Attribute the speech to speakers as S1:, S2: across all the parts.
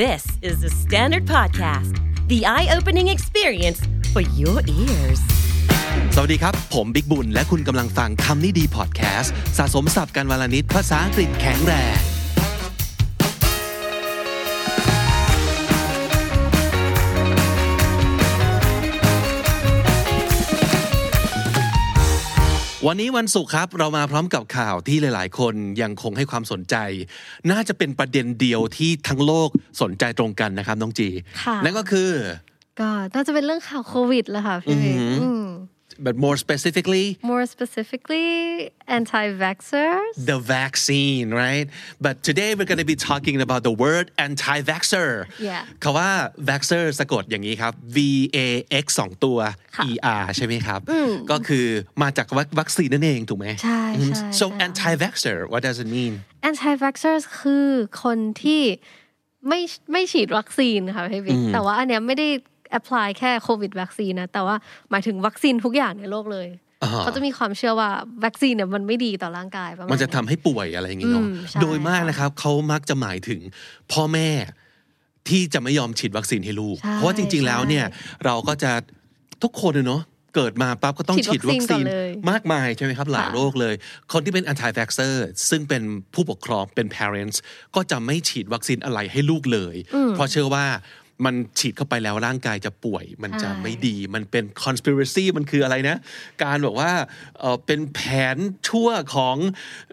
S1: This is the Standard Podcast, the eye opening experience for your ears.
S2: สวัสดีครับ ผมบิ๊กบุญ และคุณกำลังฟังคำนี้ดีพอดแคสต์สะสมสับการวลนิดภาษาอังกฤษแข็งแรง วันนี้วันศุกร์ครับ เรามาพร้อมกับข่าวที่หลายๆ คนยังคงให้ความสนใจ น่าจะเป็นประเด็นเดียวที่ทั้งโลกสนใจตรงกันนะครับ น้องจี
S3: ค่ะ
S2: นั่นก็คือ
S3: ก็น่าจะเป็นเรื่องข่าวโควิดแหละค่ะพี่เมย์อืม
S2: but more specifically
S3: more specifically anti-vaxxers
S2: the vaccine, right? But today we're going to be talking about the word anti-vaxxer.
S3: Yeah.
S2: คำว่า vaxxer สะกดอย่างนี้ครับ V A X สองตัว E R ใช่ไหมครับ ก็คือมาจากวัควัคซีนนั่นเองถูกไหม
S3: ใช่
S2: อืม
S3: ใช่
S2: so
S3: ค่ะ
S2: anti-vaxxer what does it mean
S3: anti-vaxxers คือคนที่ไม่ไม่ฉีดวัคซีนค่ะพี่บิ๊กแต่ว่าอันเนี้ยไม่ได้ apply แค่โควิดวัคซีนนะ แต่ว่าหมายถึงวัคซีนทุกอย่างในโลกเลย
S2: อ่า
S3: เขาจะมีความเชื่อว่าวัคซีนเนี่ยมันไม่ดีต่อร่างกายประมาณ
S2: มันจะทำ
S3: เย
S2: ให้ป่วยอะไรอย่างงี้เนาะ
S3: อืมใช่
S2: โดยมากนะครับเขามักจะหมายถึงพ่อแม่ที่จะไม่ยอมฉีดวัคซีนให้ลูก
S3: ใช่
S2: เพราะว่าจริง ๆ แล้วเนี่ยเราก็จะทุกคนอะเนาะเกิดมาปั๊บก็ต้อง
S3: ฉี
S2: ฉีด
S3: ดวั
S2: วัค
S3: คซี
S2: ซีน
S3: นก่อนเลย
S2: มากมายใช่ไหมครับหลาย
S3: ค่ะ
S2: โรคเลย คนที่เป็น anti vaxxer ซึ่งเป็นผู้ปกครองเป็น parents ก็จะไม่ฉีดวัคซีนอะไรให้ลูกเลย เพราะเชื่อว่ามันฉีดเข้าไปแล้วร่างกายจะป่วย มันจะไม่ดี มันเป็น conspiracy มันคืออะไรนะ การแบบว่าเอ่อเป็นแผนชั่วของ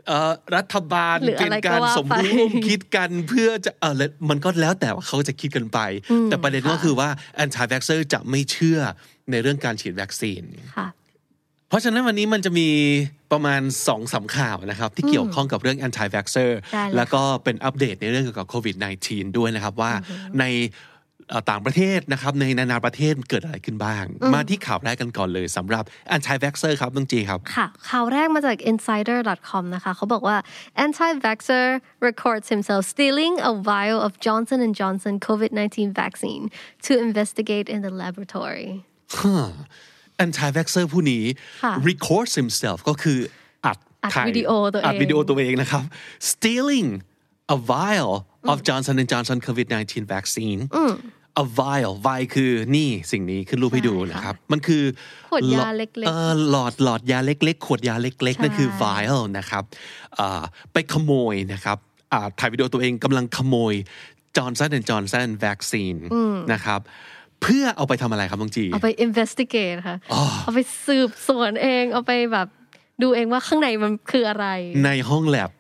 S2: เอ่อรัฐบาล
S3: หรืออะไร
S2: เป็น
S3: ก็
S2: การ
S3: ว่า
S2: สมรู้
S3: ไป
S2: ร่วมคิดกันเพื่อจะเออแล้วมันก็แล้วแต่ว่าเขาจะคิดกันไป แต่ประเด็นก็คือว่า anti vaxxer จะไม่เชื่อในเรื่องการฉีดวัคซีน
S3: ค่ะ
S2: เพราะฉะนั้นวันนี้มันจะมีประมาณ2องสามข่าวนะครับ ที่เกี่ยวข้องกับเรื่อง anti vaxxer
S3: ได้เลยค่ะ
S2: แล้วก็เป็นอัปเดตในเรื่องเกี่ยวกับโควิด -19 ด้วยนะครับว่าในเอ่อต่างประเทศนะครับ ในนานาประเทศเกิดอะไรขึ้นบ้าง มาที่ข่าวแรกกันก่อนเลยสำหรับ anti vaxxer ครับน้องจีครับ
S3: ค่ะข่าวแรกมาจาก insider.com นะคะเขาบอกว่า anti-vaxxer records himself stealing a vial of Johnson and Johnson COVID-19 vaccine to investigate in the laboratory
S2: อันชายแว็กเซอร์ผู้นี้
S3: ค่ะ
S2: record himself ก็คืออัด
S3: อัด
S2: ถ่าย
S3: วิดีโอตัวเอง
S2: อัดวิดีโอตัวเองนะครับ stealing a vial of Johnson and Johnson COVID-19 vaccine a vial vial คือนี่สิ่งนี้ขึ้นรูปให้ดูนะครับ มันคือ
S3: ขวดยาเล็กๆ
S2: เอ่อหลอดหลอดยาเล็ก ๆ ขวดยาเล็ก
S3: ใช่
S2: ๆ นั่นคือ vial นะครับอ่าไปขโมยนะครับอ่าถ่ายวิดีโอตัวเองกำลังขโมย Johnson and Johnson vaccine นะครับ เพื่อเอาไปทำอะไรครับน้องจี
S3: เอาไป investigate ค่ะ เอาไปสืบสวนเอง เอาไปแบบดูเองว่าข้างในมันคืออะไร
S2: ในห้องแลบ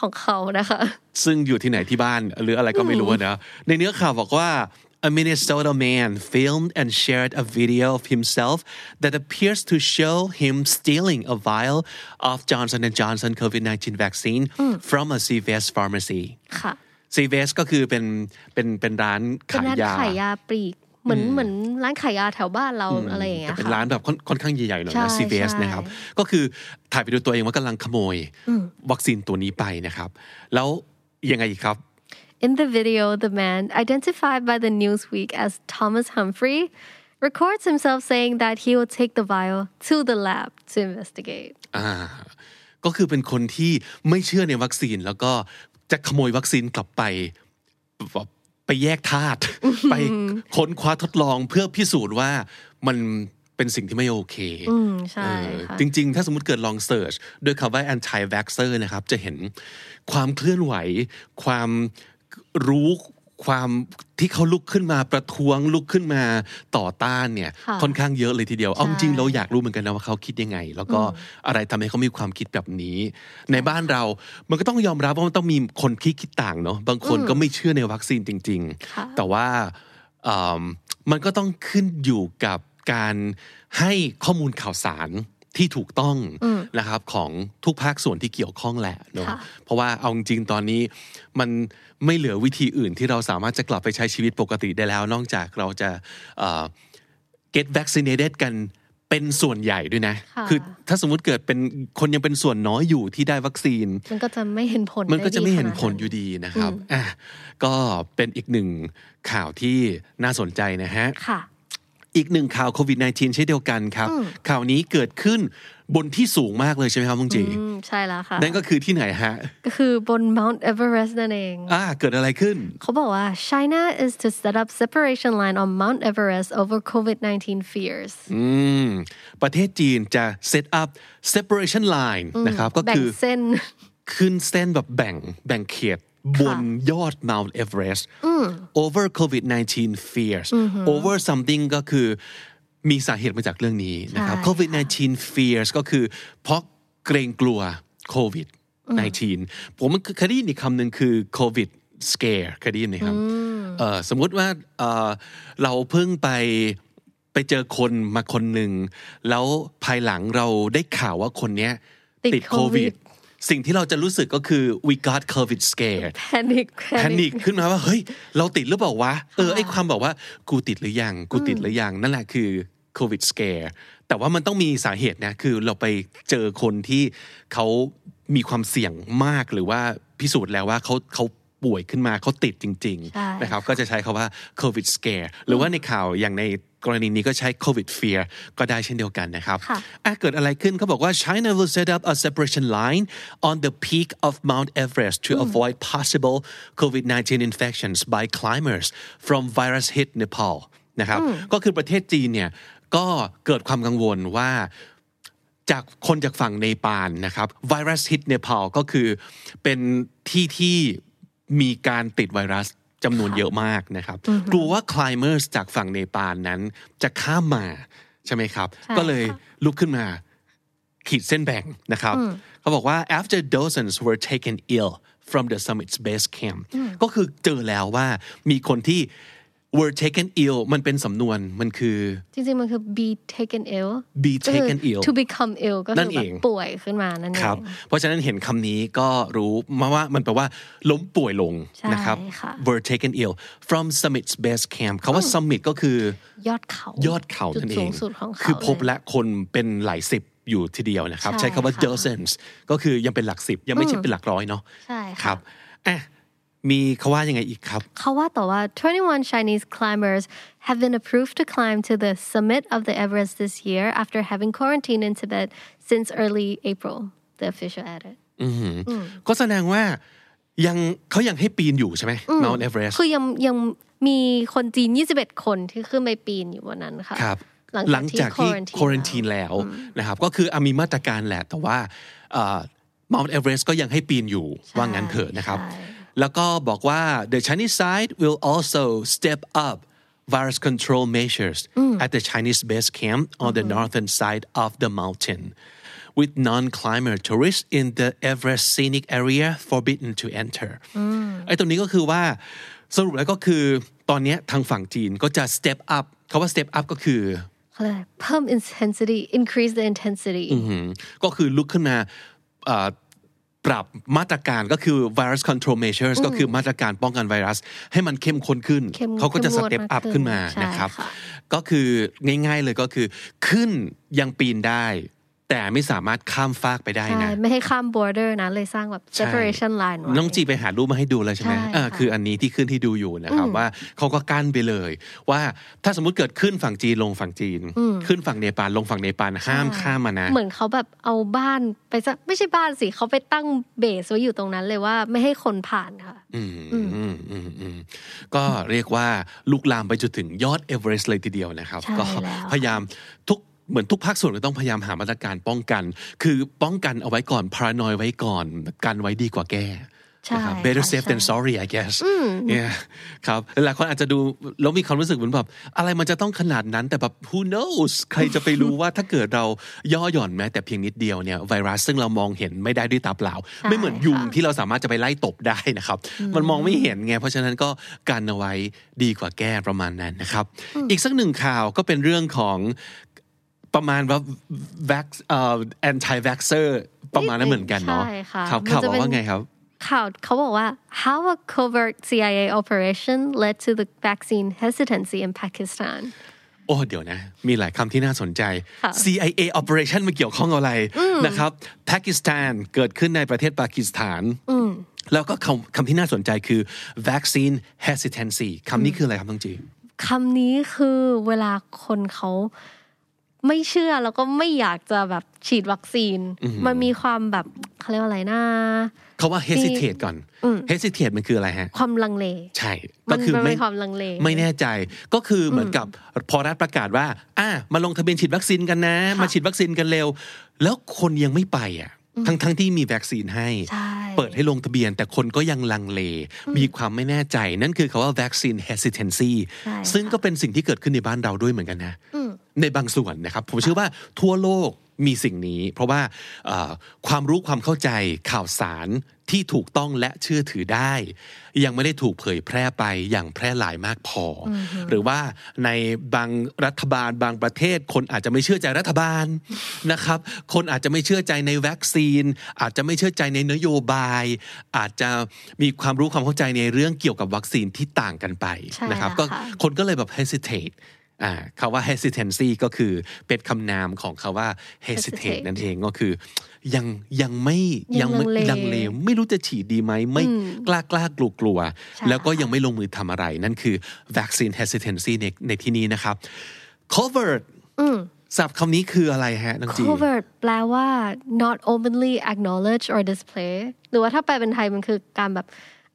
S3: ของเขานะคะ
S2: ซึ่งอยู่ที่ไหนที่บ้านหรืออะไรก็ไม่รู้อะนะในเนื้อข่าวบอกว่า A Minnesota man filmed and shared a video of himself that appears to show him stealing a vial of Johnson and Johnson COVID-19 vaccine from a CVS pharmacy
S3: ค่ะ
S2: CVS ก็คือเป็นเป็นเป็นร้าน
S3: เป็น
S2: ขาย
S3: ร้าน
S2: ยา
S3: ขายยาปลีก เหมือนเหมือนร้านขายยาแถวบ้านเราอะไรอย่างเงี้
S2: แต่
S3: ย
S2: เป็น
S3: ค่ะ
S2: ร้านแบบค่อนค่อนข้างใหญ่ๆหน่อย
S3: ใช่
S2: นะ CVS
S3: ใช่
S2: นะครับ ก็คือถ่ายไปดูตัวเองว่ากำลังขโมยวัคซีนตัวนี้ไปนะครับ แล้วยังไงอีกครับ
S3: In the video, the man, identified by the Newsweek as Thomas Humphrey, records himself saying that he will take the vial to the lab to investigate.
S2: อ่าก็คือเป็นคนที่ไม่เชื่อในวัคซีนแล้วก็จะขโมยวัคซีนกลับไปแบบไปแยกธา ตุ ไปค้นคว้าทดลองเพื่อพิสูจน์ว่ามันเป็นสิ่งที่ไม่โอเค เออ
S3: อืมใช่ค่ะ
S2: จริง ๆ ถ้าสมมติเกิดลองเสิร์ชด้วยคำว่า anti vaxxer นะครับ จะเห็นความเคลื่อนไหว ความรู้ความที่เขาลุกขึ้นมาประท้วงลุกขึ้นมาต่อต้านเนี่ย
S3: ค่ะ
S2: ค่อนข้างเยอะเลยทีเดียว เอาจ
S3: ใช่
S2: ริงๆเราอยากรู้เหมือนกันนะว่าเขาคิดยังไง แล้วก็อะไรทำให้เขามีความคิดแบบนี้ ในบ้านเรา มันก็ต้องยอมรับว่ามันต้องมีคนที่คิดต่างเนาะบางคนก็ไม่เชื่อในวัคซีนจริง ๆ แต่ว่า เอิ่มมันก็ต้องขึ้นอยู่กับการให้ข้อมูลข่าวสารที่ถูกต้องนะครับของทุกภาคส่วนที่เกี่ยวข้องแหละเนอะ
S3: ค่ะ
S2: เพราะว่าเอาจริงๆตอนนี้มันไม่เหลือวิธีอื่นที่เราสามารถจะกลับไปใช้ชีวิตปกติได้แล้ว นอกจากเราจะเอ่อ get vaccinated กันเป็นส่วนใหญ่ด้วยนะ
S3: ค่ะ
S2: อถ้าสมมุติเกิดเป็นคนยังเป็นส่วนน้อยอยู่ที่ได้วัคซีน
S3: มันก็จะไม่เห็นผล
S2: มันก็จะไม่เห็นผล
S3: ได้ดีขนาด
S2: อยู่ดี
S3: นั้น
S2: นะครับอ่ะก็เป็นอีกหนึ่งข่าวที่น่าสนใจนะฮะ อีกหนึ่งข่าวโควิด -19 เช่นเดียวกันครับ ข่าวนี้เกิดขึ้น บนที่สูงมากเลยใช่ไหมครับมุงจี
S3: อืมใช่แล้วค่ะ
S2: นั่นก็คือที่ไหนฮะ
S3: ก็คือบน Mount Everest นั่นเอง
S2: อ่า เกิดอะไรขึ้น
S3: เขาบอกว่า China is to set up separation line on Mount Everest over COVID-19 fears
S2: อืม ประเทศจีนจะ set up separation line นะครับ ก็
S3: แบ่ง
S2: คือ
S3: เส้น
S2: ขึ้นเส้นแบบแบ่งแบ่งเขตบนยอด Mount Everest over COVID 19 fears over something ก็คือมีสาเหตุมาจากเรื่องนี้นะครับ
S3: ใช่
S2: COVID 19 fears ก็คือเพราะเกรงกลัวโควิด19ผมเคยได้ยินอีกคำหนึ่งคือ COVID scare เคยได้ยินไหมครับเอ่อสมมติว่าเอ่อเราเพิ่งไปไปเจอคนมาคนหนึ่ง แล้วภายหลังเราได้ข่าวว่าคนเนี้ย
S3: ติด
S2: ติดโค
S3: โควิ
S2: วิด
S3: ด
S2: สิ่งที่เราจะรู้สึกก็คือ we got covid scare
S3: panic
S2: แพนิคขึ้นมาว่า เฮ้ย เราติดหรือเปล่าวะ เออ ไอความแบบว่า กูติดหรือยัง กูติดหรือยัง นั่นแหละคือ covid scare แต่ว่ามันต้องมีสาเหตุนะ คือเราไปเจอคนที่เขามีความเสี่ยงมากหรือว่าพิสูจน์แล้วว่าเขาเขาป่วยขึ้นมาเขาติดจริง
S3: ใช่
S2: ๆ นะครับ ก็จะใช้คาว่า covid scare หรือว่าในข่าวอย่างในกรณีนี้ก็ใช้ covid fear ก็ได้เช่นเดียวกันนะครับ
S3: ค่ะ
S2: อ่ะเกิดอะไรขึ้นเขาบอกว่า China will set up a separation line on the peak of Mount Everest to avoid possible COVID-19 infections by climbers from virus hit Nepal นะครับก็คือประเทศจีนเนี่ยก็เกิดความกังวลว่า จากคนจากฝั่งเนปาลนะครับไวรัสฮิตเนปาลก็คือเป็นที่ที่มีการติดไวรัสจำนวนเยอะมากนะครับ กลัวว่าคล i เมอร์จากฝั่งเนปาลนั้นจะข้ามมาใช่ไหมครับ ก็เลยลุกขึ้นมา ขีดเส้นแบ่งนะครับเขาบอกว่า after dozens were taken ill from the summit's base camp ก็คือเจอแล้วว่ามีคนที่ were taken ill มันเป็นสำนวนมันคือ
S3: จริงๆ มันคือ be taken ill
S2: be
S3: ก็คือ
S2: taken ill
S3: to become ill ก็
S2: นั่
S3: คื
S2: น
S3: อ
S2: เอ
S3: แบ
S2: ง
S3: บป่วยขึ้นมานั่นเอ
S2: ครับ
S3: ง
S2: เพราะฉะนั้นเห็นคำนี้ก็รู้มาว่ามันแปลว่า ล้มป่วยลง
S3: ใช่
S2: นะครับ
S3: ค่ะ
S2: were taken ill from summit's base camp คำว่า summit ก็คือย
S3: อดเขา
S2: ยอดเขา
S3: จุด
S2: นั่นเอ
S3: สู
S2: ง
S3: งสุดของเขา
S2: คือพบ
S3: เย
S2: และคนเป็นหลายสิบอยู่ทีเดียวนะครับ
S3: ใช่
S2: ใช้คำว่า
S3: ค่ะ
S2: dozens ก็คือยังเป็นหลักสิบ ยังไม่ใช่เป็นหลักร้อยเนาะ
S3: ใช่
S2: ค
S3: ค่ะ
S2: รับอ่ะมีเขาว่ายังไงอีกครับ
S3: เขาว่าต่อว่า 21 Chinese climbers have been approved to climb to the summit of the Everest this year after having quarantined in Tibet since early April the official added
S2: ก็แสดงว่ายังเขายังให้ปีนอยู่ใช่ไหม Mount Everest
S3: คือยังยังมีคนจีน 21 คนที่ขึ้นไปปีนอยู่บนนั้นค่ะ
S2: ครับ
S3: หลังจากที่ quarantine
S2: ควอนตีนแล้วนะครับ ก็คืออ่ะมีมาตรการแหละ แต่ว่าเม u n t เอเวอเรสต์ก็ยังให้ปีนอยู่ ว่างั้นเถอะนะครับ
S3: ใช่
S2: แล้วก็บอกว่า the Chinese side will also step up virus control measures at the Chinese base camp on the northern side of the mountain with non-climber tourists in the Everest scenic area forbidden to enter ไอ้ตรงนี้ก็คือว่าสรุปแล้วก็คือตอนเนี้ยทางฝั่งจีนก็จะ step up คาว่า step up ก็คือ
S3: เขาเรียกอะไรเพิ่ม intensity increase the intensity
S2: ก็คือลุกขึ้นมาเอ่อปรับมาตรการก็คือ virus control measures ก็คือมาตรการป้องกันไวรัส ให้มันเข้มข้นขึ้น
S3: เข้ม
S2: เขาก็จะ
S3: เข้
S2: ส
S3: มงวด
S2: เต็ป
S3: มาก
S2: อัพ
S3: ขึ้น
S2: ขึ้นมา
S3: ใช่
S2: นะครับ
S3: ค่ะ
S2: ก็คือง่ายๆเลยก็คือ ขึ้นยังปีนได้ แต่ไม่สามารถข้ามฟากไปได้
S3: ใช่
S2: นะ
S3: ไม่ให้ข้าม border นะ เลยสร้างแบบ
S2: ใช่
S3: separation line ไว้
S2: น้องจีไปหารูปมาให้ดูแล้วใช่ไหม
S3: ใช่ค่ะ
S2: อ่าคืออันนี้ที่ขึ้นที่ดูอยู่นะครับว่าเขาก็กั้นไปเลย ว่าถ้าสมมติเกิดขึ้นฝั่งจีนลงฝั่งจีน ขึ้นฝั่งเนปาลลงฝั่งเนปาลห้าม
S3: ใช่
S2: ข้ามมานะ
S3: เหมือนเขาแบบเอาบ้านไปซะไม่ใช่บ้านสิเขาไปตั้งเบสไว้อยู่ตรงนั้นเลยว่าไม่ให้คนผ่านค่ะ
S2: อืมอืมอืมอืมก็เรียกว่าลุกลามไปจนถึงยอดเอเวอเรสต์เลยทีเดียวนะครับ
S3: ใช่
S2: ก็
S3: แล้ว
S2: พยายามทุกเหมือนทุกภาคส่วนก็ต้องพยายามหามาตรการป้องกัน คือป้องกันเอาไว้ก่อนพารานอยไว้ก่อนกันไว้ดีกว่าแก้
S3: ใช่
S2: นะครั
S3: ค่ะ
S2: บ better safe than
S3: ใช่
S2: sorry I guess yeah ครับหลายคนอาจจะดูแล้วมีความรู้สึกเหมือนแบบอะไรมันจะต้องขนาดนั้นแต่แบบ who knows ใครจะไปรู้ว่าถ้าเกิดเราย่อหย่อนแม้แต่เพียงนิดเดียวเนี่ยไวรัสซึ่งเรามองเห็นไม่ได้ด้วยตาเปล่า ไม่เหมือนยุง
S3: ค่ะ
S2: ที่เราสามารถจะไปไล่ตบได้นะครับ มันมองไม่เห็นไง เพราะฉะนั้นก็กันเอาไว้ดีกว่าแก้ประมาณนั้นนะครับ อีกสักหนึ่งข่าวก็เป็นเรื่องของประมาณว่า vax เอ่อ anti vaxer ประมาณนั้นเหมือนกันเนาะ
S3: ใช่ค่ะ
S2: ครับ
S3: มัน
S2: ข่าว
S3: จะ
S2: บอ
S3: เป็น
S2: กว่าไงครับ
S3: ข่าวเขาบอกว่า how a covert CIA operation led to the vaccine hesitancy in Pakistan
S2: โอ้เดี๋ยวนะ มีหลายคำที่น่าสนใจ
S3: ค่ะ
S2: CIA operation มันเกี่ยวข้องอะไรนะครับปากีสถานเกิดขึ้นในประเทศปากีสถานแล้วก็คำคำที่น่าสนใจคือ vaccine hesitancy คำนี้คืออะไรครับต้องจี
S3: คำนี้คือเวลาคนเขา ไม่เชื่อแล้วก็ไม่อยากจะแบบฉีดวัคซีน มันมีความแบบเขาเรียกว่าอะไรนะ
S2: เขาว่า hesitate ก่อน hesitate มันคืออะไรฮะ
S3: ความลังเล
S2: ใช่
S3: มั
S2: ก็
S3: น
S2: คือ
S3: มัน
S2: ไม่
S3: เป็นความลังเล
S2: ไม่แน่ใจ ก็คือเหมือนกับพอรัฐประกาศว่า อ่ะมาลงทะเบียนฉีดวัคซีนกันนะ มาฉีดวัคซีนกันเร็ว แล้วคนยังไม่ไปอ่ะ ทั้งทั้งที่มีวัคซีนให้
S3: ใช่
S2: เปิดให้ลงทะเบียนแต่คนก็ยังลังเล มีความไม่แน่ใจ นั่นคือคาว่า vaccine hesitancy
S3: ใช่ค่ะ
S2: ซึ่งก็เป็นสิ่งที่เกิดขึ้นในบ้านเราด้วยเหมือนกันนะ ในบางส่วนนะครับ ผมเชื่อว่าทั่วโลกมีสิ่งนี้ เพราะว่าเอ่อความรู้ความเข้าใจข่าวสารที่ถูกต้องและเชื่อถือได้ ยังไม่ได้ถูกเผยแพร่ไปอย่างแพร่หลายมากพออหรือว่าในบางรัฐบาลบางประเทศ คนอาจจะไม่เชื่อใจรัฐบาล นะครับ คนอาจจะไม่เชื่อใจในวัคซีน อาจจะไม่เชื่อใจในนโยบาย อาจจะมีความรู้ความเข้าใจในเรื่องเกี่ยวกับวัคซีนที่ต่างกันไป
S3: ใช่
S2: นะครับ
S3: แล้ว
S2: ก็
S3: ค่ะ
S2: คนก็เลยแบบ hesitate อ่าคำว่า hesitancy ก็คือเป็นคำนามของคาว่า hesitate
S3: hesitate
S2: นั่นเองก็คือ ยังยังไม่
S3: ยัง
S2: ไม่
S3: ลังเล
S2: ลังเลไม่รู้จะฉีดดีไหม ไม่กล้ากล้ากลัวกลัว
S3: ใช่
S2: แล้วก็ยังไม่ลงมือทำอะไร นั่นคือ vaccine hesitancy ในในที่นี้นะครับ covered ศัพท์คำนี้คืออะไรฮะน้องจี
S3: covert แปลว่า not openly acknowledge or display หรือว่าถ้าแปลเป็นไทยมันคือการแบบ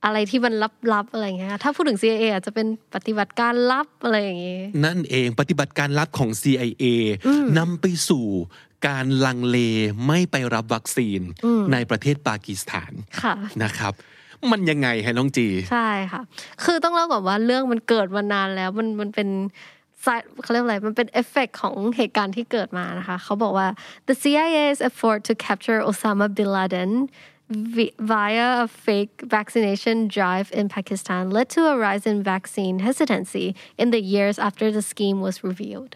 S3: อะไรที่มันลับๆอะไรอย่างเงี้ย ถ้าพูดถึง CIA อาจจะเป็นปฏิบัติการลับอะไรอย่างเงี้ย
S2: นั่นเองปฏิบัติการลับของ CIA นำไปสู่การลังเลไม่ไปรับวัคซีนในประเทศปากีสถาน
S3: ค่ะ
S2: นะครับ มันยังไงฮะน้องจี
S3: ใช่ค่ะ คือต้องเล่าก่อนว่าเรื่องมันเกิดมานานแล้ว มันมันเป็น side เขาเรียกอะไร มันเป็นเอฟเฟกของเหตุการณ์ที่เกิดมานะคะ เขาบอกว่า the CIA's effort to capture Osama bin Laden vi- via a fake vaccination drive in Pakistan led to a rise in vaccine hesitancy in the years after the scheme was revealed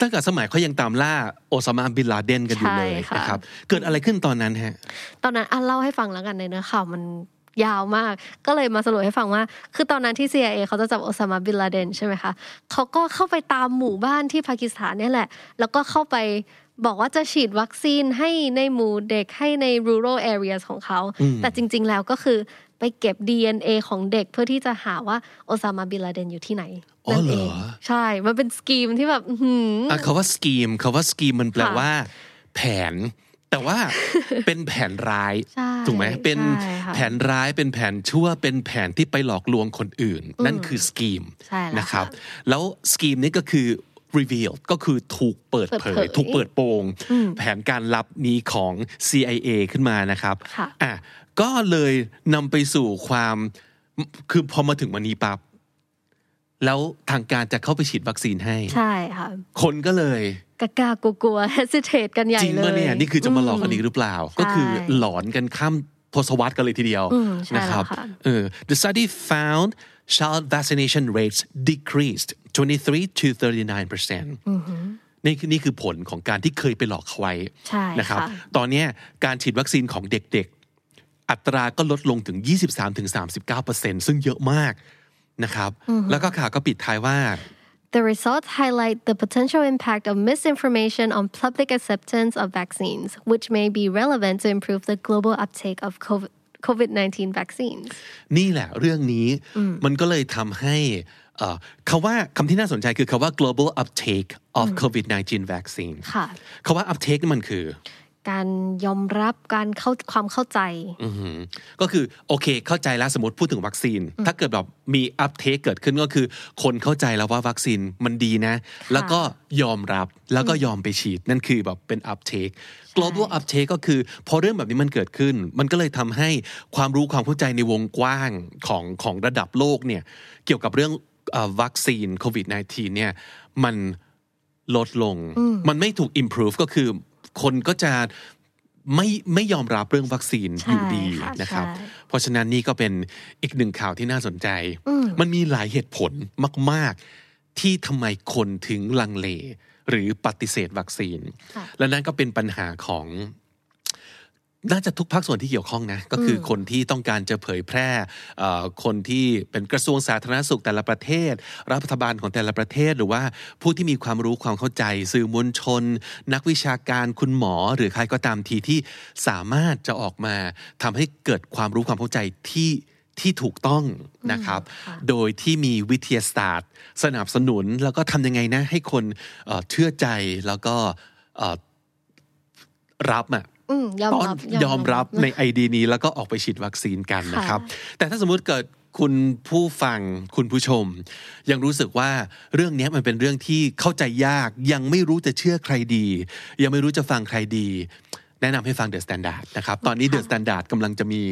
S2: ตั้งแต่สมัยเขายังตามล่าโอซามาบินลาเดนกันอยู่เลย
S3: ใช่ค่ะ
S2: นะครับ เกิดอะไรขึ้นตอนนั้นฮะ
S3: ตอนนั้นอ่ะเล่าให้ฟังแล้วกันในเนื้อข่าวมันยาวมาก ก็เลยมาสรุปให้ฟังว่า คือตอนนั้นที่ CIA เขาจะจับโอซามาบินลาเดนใช่ไหมคะเขาก็เข้าไปตามหมู่บ้านที่ปากีสถานเนี่ยแหละ แล้วก็เข้าไปบอกว่าจะฉีดวัคซีนให้ในหมู่เด็กให้ใน rural areas ของเขา แต่จริง ๆ แล้วก็คือไปเก็บ DNA ของเด็กเพื่อที่จะหาว่าโอซามาบินลาเดนอยู่ที่ไหน
S2: อ๋อเหรอ
S3: นั่นงใช่ มันเป็นสกีมที่แบบอื้อหือ
S2: อ่ะคาว่าสกีมคาว่าสกีมมันแปล
S3: ค่ะ
S2: ว่า แผน แต่ ว่า เป็นแผนร้าย
S3: ใช่
S2: ถูกไหมเป็น
S3: ใช่ค่ะ
S2: แผนร้ายเป็นแผนชั่วเป็นแผนที่ไปหลอกลวงคนอื่น นั่นคือสกีม
S3: ใช่แล้ว
S2: นะครับ
S3: ค่ะ
S2: แล้วสกีมนี้ก็คือ reveal ก็คือถูกเปิดเผ
S3: เปิ
S2: ย
S3: ดเผย
S2: ถูกเปิดโปง แผนการลับนี้ของ CIA ขึ้นมานะครับ
S3: ค่ะ
S2: อ่ะก็เลยนำไปสู่ความคือพอมาถึงวันนี้ปั๊บแล้วทางการจะเข้าไปฉีดวัคซีนให้
S3: ใช่ค่ะ
S2: คนก็เลย
S3: กะกากลัวๆ hesitate กันใหญ่
S2: จริง
S3: เลย
S2: ป่ะเนี่ยนี่คือจะมาหลอกกันอีกหรือเปล่า ก็คือหลอนกันข้ามทศวรรษกันเลยทีเดียว
S3: อืมใช่
S2: นะครับ
S3: แล้วค่ะ
S2: เออ The study found child vaccination rates decreased 23 to 39 percent นี่คือนี่คือผลของการที่เคยไปหลอกเขาไว้
S3: ใช่
S2: นะครับ
S3: ค่ะ
S2: ตอนเนี้ยการฉีดวัคซีนของเด็กๆ อัตราก็ลดลงถึง 23-39%ซึ่งเยอะมากนะครับ แล้วก็ข่าวก็ปิดท้ายว่า
S3: The results highlight the potential impact of misinformation on public acceptance of vaccines, which may be relevant to improve the global uptake of COVID 19 vaccines.
S2: นี่แหละเรื่องนี้มันก็เลยทำให้เอ่อคำว่าคำที่น่าสนใจคือคำว่า global uptake of COVID-19 vaccine
S3: ค่ะ
S2: คำว่า uptake นี่มันคือ
S3: การยอมรับการเข้าความเข้าใจ
S2: อืมก็คือโอเคเข้าใจแล้วสมมติพูดถึงวัคซีน ถ้าเกิดแบบมีอัพเทคเกิดขึ้นก็คือ คนเข้าใจแล้วว่าวัคซีนมันดีนะ แล้วก็ยอมรับแล้วก็ยอมไปฉีด นั่นคือแบบเป็นอัพเทค global uptake ก็คือ พอเรื่องแบบนี้มันเกิดขึ้น มันก็เลยทำให้ความรู้ความเข้าใจในวงกว้างของของระดับโลกเนี่ยเกี่ยวกับเรื่องเอ่อวัคซีนโควิด -19 เนี่ยมันลดลง มันไม่ถูก improve ก็คือคนก็จะไม่ไม่ยอมรับเรื่องวัคซีน
S3: ใช่
S2: อยู่ดี
S3: ค่ะ
S2: นะครับ
S3: ใช่
S2: เพราะฉะนั้นนี่ก็เป็นอีกหนึ่งข่าวที่น่าสนใจ มันมีหลายเหตุผลมาก ๆ ที่ทำไมคนถึงลังเล หรือปฏิเสธวัคซีน
S3: ค่ะ
S2: และนั่นก็เป็นปัญหาของ น่าจะทุกภาคส่วนที่เกี่ยวข้องนะ ก็คือคนที่ต้องการจะเผยแพร่เอ่อคนที่เป็นกระทรวงสาธารณสุขแต่ละประเทศ รัฐบาลของแต่ละประเทศ หรือว่าผู้ที่มีความรู้ความเข้าใจ สื่อมวลชน นักวิชาการคุณหมอ หรือใครก็ตามทีที่สามารถจะออกมาทำให้เกิดความรู้ความเข้าใจที่ ที่ถูกต้องนะครับ โดยที่มีวิทยาศาสตร์ สนับสนุนแล้วก็ทำยังไงนะ ให้คนเอ่อเชื่อใจแล้วก็เอ่อรับอะ
S3: อืมยอม
S2: ต้อน
S3: รับ
S2: ยอมรับในไอเดียนี้แล้วก็ออกไปฉีดวัคซีนกันนะครับ แต่ถ้าสมมุติเกิดคุณผู้ฟังคุณผู้ชม ยังรู้สึกว่าเรื่องเนี้ยมันเป็นเรื่องที่เข้าใจยากยังไม่รู้จะเชื่อใครดี ยังไม่รู้จะฟังใครดี แนะนำให้ฟัง The Standard นะครับ ตอนนี้ The Standard กำลังจะมี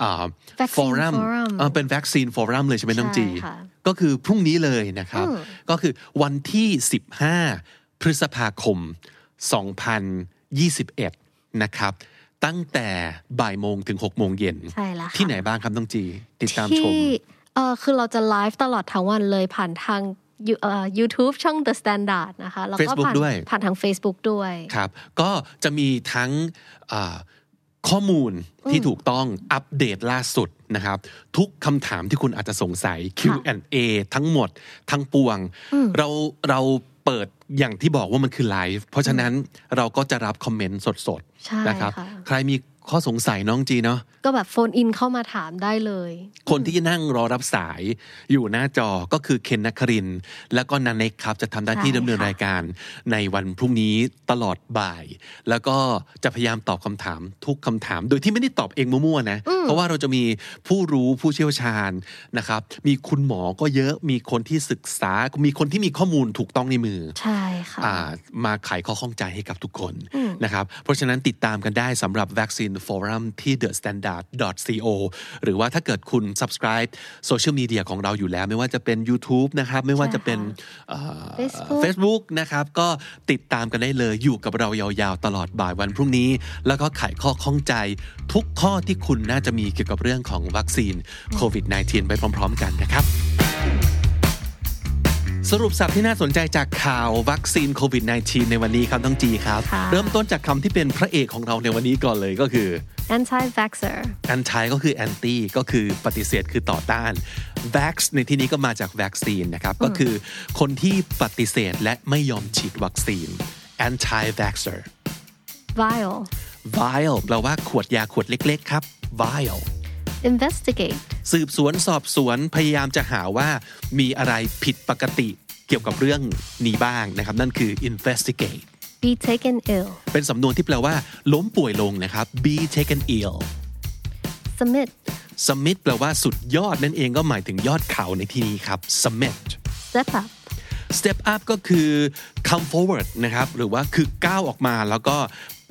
S2: ฟอ
S3: Vaccine
S2: รัม
S3: Forum
S2: เป็นวัคซีนฟอรัมเลยใช่ไหมน้องจี
S3: ใช่ค่ะ
S2: ก็คือพรุ่งนี้เลยนะครับ ก็คือวันที่ 15 พฤษภาคม 2021 นะครับ ตั้งแต่บ่ายโมงถึง 6 โมงเย็น
S3: ใช่แล้วค่ะ
S2: ที่ไหนบ้างครับต้องจี ติดตามชม
S3: ที่เออคือเราจะไลฟ์ตลอดทั้งวันเลยผ่านทางยูเอ่อ YouTube ช่อง The Standard นะคะ แล้วก็
S2: Facebook
S3: ผ่าน
S2: ด้วย
S3: ผ่านทาง Facebook ด้วย
S2: ครับ ก็จะมีทั้งอ่าข้อมูลที่ถูกต้องอัปเดตล่าสุดนะครับ ทุกคำถามที่คุณอาจจะสงสัย Q&A ทั้งหมด ทั้งปวง เราเราเปิดอย่างที่บอกว่ามันคือไลฟ์เพราะฉะนั้นเราก็จะรับคอมเมนต์สด
S3: ใช่
S2: ๆนะครับ
S3: ค่ะ
S2: ใครมีข้อสงสัยน้องจีเนาะ
S3: ก็แบบโฟนอินเข้ามาถามได้เลย
S2: คนที่นั่งรอรับสายอยู่หน้าจอก็คือเคนนักครินทร์แล้วก็นันเน็กครับ จะทำหน้าที่
S3: ใช่
S2: ดำ
S3: ค่ะ
S2: เนินรายการในวันพรุ่งนี้ตลอดบ่าย แล้วก็จะพยายามตอบคำถามทุกคำถาม โดยที่ไม่ได้ตอบเองมั่วๆนะ เพราะว่าเราจะมีผู้รู้ผู้เชี่ยวชาญนะครับ มีคุณหมอก็เยอะมีคนที่ศึกษา มีคนที่มีข้อมูลถูกต้องในมือ
S3: ใช่ค่ะ
S2: อ่ามาไขข้อข้องใจให้กับทุกคนนะครับ เพราะฉะนั้นติดตามกันได้สำหรับ Vaccine Forum ที่ The Standard co หรือว่าถ้าเกิดคุณ subscribe โซเชียลมีเดียของเราอยู่แล้ว ไม่ว่าจะเป็น YouTube นะครับ ไม่ว่าจะเป็นเอ่อ
S3: Facebook
S2: Facebook นะครับ ก็ติดตามกันได้เลยอยู่กับเรายาวๆ ตลอดบ่ายวันพรุ่งนี้ แล้วก็ไขข้อข้องใจ ทุกข้อที่คุณน่าจะมีเกี่ยวกับเรื่องของวัคซีนโควิด -19 ไปพร้อม ๆ กันนะครับ สรุปสับที่น่าสนใจจากข่าววัคซีนโควิด -19 ในวันนี้ครับต้องจีครับ
S3: ค่ะ
S2: เริ่มต้นจากคำที่เป็นพระเอกของเราในวันนี้ก่อนเลยก็คือ
S3: anti vaxer
S2: แอนทายก็คือแอนตี้ก็คือปฏิเสธคือต่อต้าน vax ในที่นี้ก็มาจากวัคซีนนะครับ ก็คือคนที่ปฏิเสธและไม่ยอมฉีดวัคซีน anti vaxer
S3: vial
S2: vial แปลว่าขวดยาขวดเล็กๆครับ vial
S3: investigate
S2: สืบสวนสอบสวนพยายามจะหาว่ามีอะไรผิดปกติเกี่ยวกับเรื่องนี้บ้างนะครับ นั่นคือ investigate
S3: be taken ill
S2: เป็นสำนวนที่แปลว่า ล้มป่วยลงนะครับ be taken ill
S3: submit
S2: summit แปลว่าสุดยอดนั่นเองก็หมายถึงยอดเขาในที่นี้ครับ summit
S3: step up
S2: step up ก็คือ come forward นะครับ หรือว่าคือก้าวออกมาแล้วก็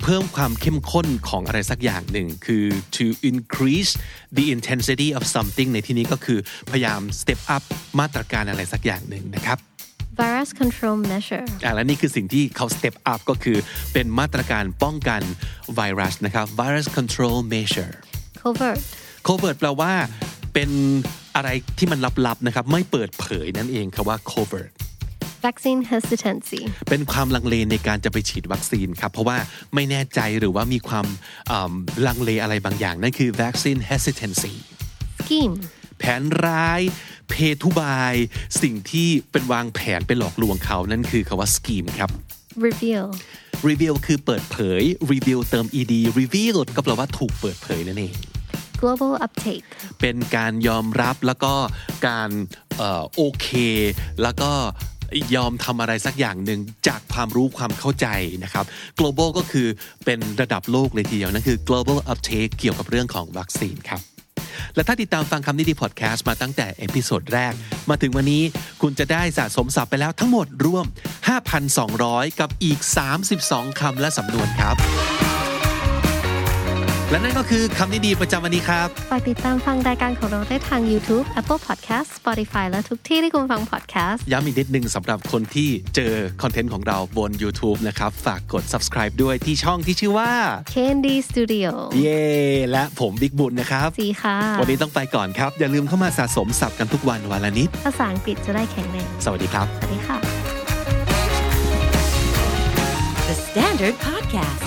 S2: เพิ่มความเข้มข้นของอะไรสักอย่างหนึ่ง คือ to increase the intensity of something ในที่นี้ก็คือพยายาม step up มาตรการอะไรสักอย่างหนึ่งนะครับ
S3: virus control measure
S2: อ่ะและนี่คือสิ่งที่เขา step up ก็คือเป็นมาตรการป้องกันไวรัสนะครับ virus control measure
S3: covert
S2: covert แปลว่าเป็นอะไรที่มันลับๆนะครับ ไม่เปิดเผยนั่นเองครับว่า covert
S3: vaccine hesitancy
S2: เป็นความลังเลในการจะไปฉีดวัคซีนครับ เพราะว่าไม่แน่ใจหรือว่ามีความอ่ำลังเลอะไรบางอย่าง นั่นคือ vaccine hesitancy
S3: scheme
S2: แผนร้าย เพทุบาย สิ่งที่เป็นวางแผนไปหลอกลวงเขานั่นคือคำว่า scheme ครับ
S3: reveal
S2: reveal คือเปิดเผย reveal เติม ed reveal ก็แปลว่าถูกเปิดเผยนั่นเอง
S3: global uptake
S2: เป็นการยอมรับแล้วก็การเอ่อโอเค แล้วก็ยอมทำอะไรสักอย่างหนึ่งจากความรู้ความเข้าใจนะครับ global ก็คือเป็นระดับโลกเลยทีเดียว นั่นคือ global uptake เกี่ยวกับเรื่องของวัคซีนครับ และถ้าติดตามฟังคำนี้ดีพอดแคสต์มาตั้งแต่เอพิโซดแรก มาถึงวันนี้คุณจะได้สะสมศัพท์ไปแล้วทั้งหมดรวม 5,200 กับอีก 32คำและสำนวนครับ และนั่นก็คือคำนี้ดีประจำวันนี้ครับ
S3: ฝากติดตามฟังรายการของเราได้ทาง YouTube Apple Podcast Spotify และทุกที่ที่คุณฟัง podcast
S2: ย้ำอีกนิดนึงสำหรับคนที่เจอคอนเทนต์ของเราบน YouTube นะครับ ฝากกด subscribe ด้วยที่ช่องที่ชื่อว่า
S3: Candy Studio
S2: เย่และผมบิ๊กบุญนะครับ
S3: สีค่ะ
S2: วันนี้ต้องไปก่อนครับ อย่าลืมเข้ามาสะสมสับกันทุกวันวันละนิด
S3: ภาษาอังกฤษจะได้แข็งแรง
S2: สวัสดีครับ
S3: สวัสดีค่ะ
S1: The Standard Podcast,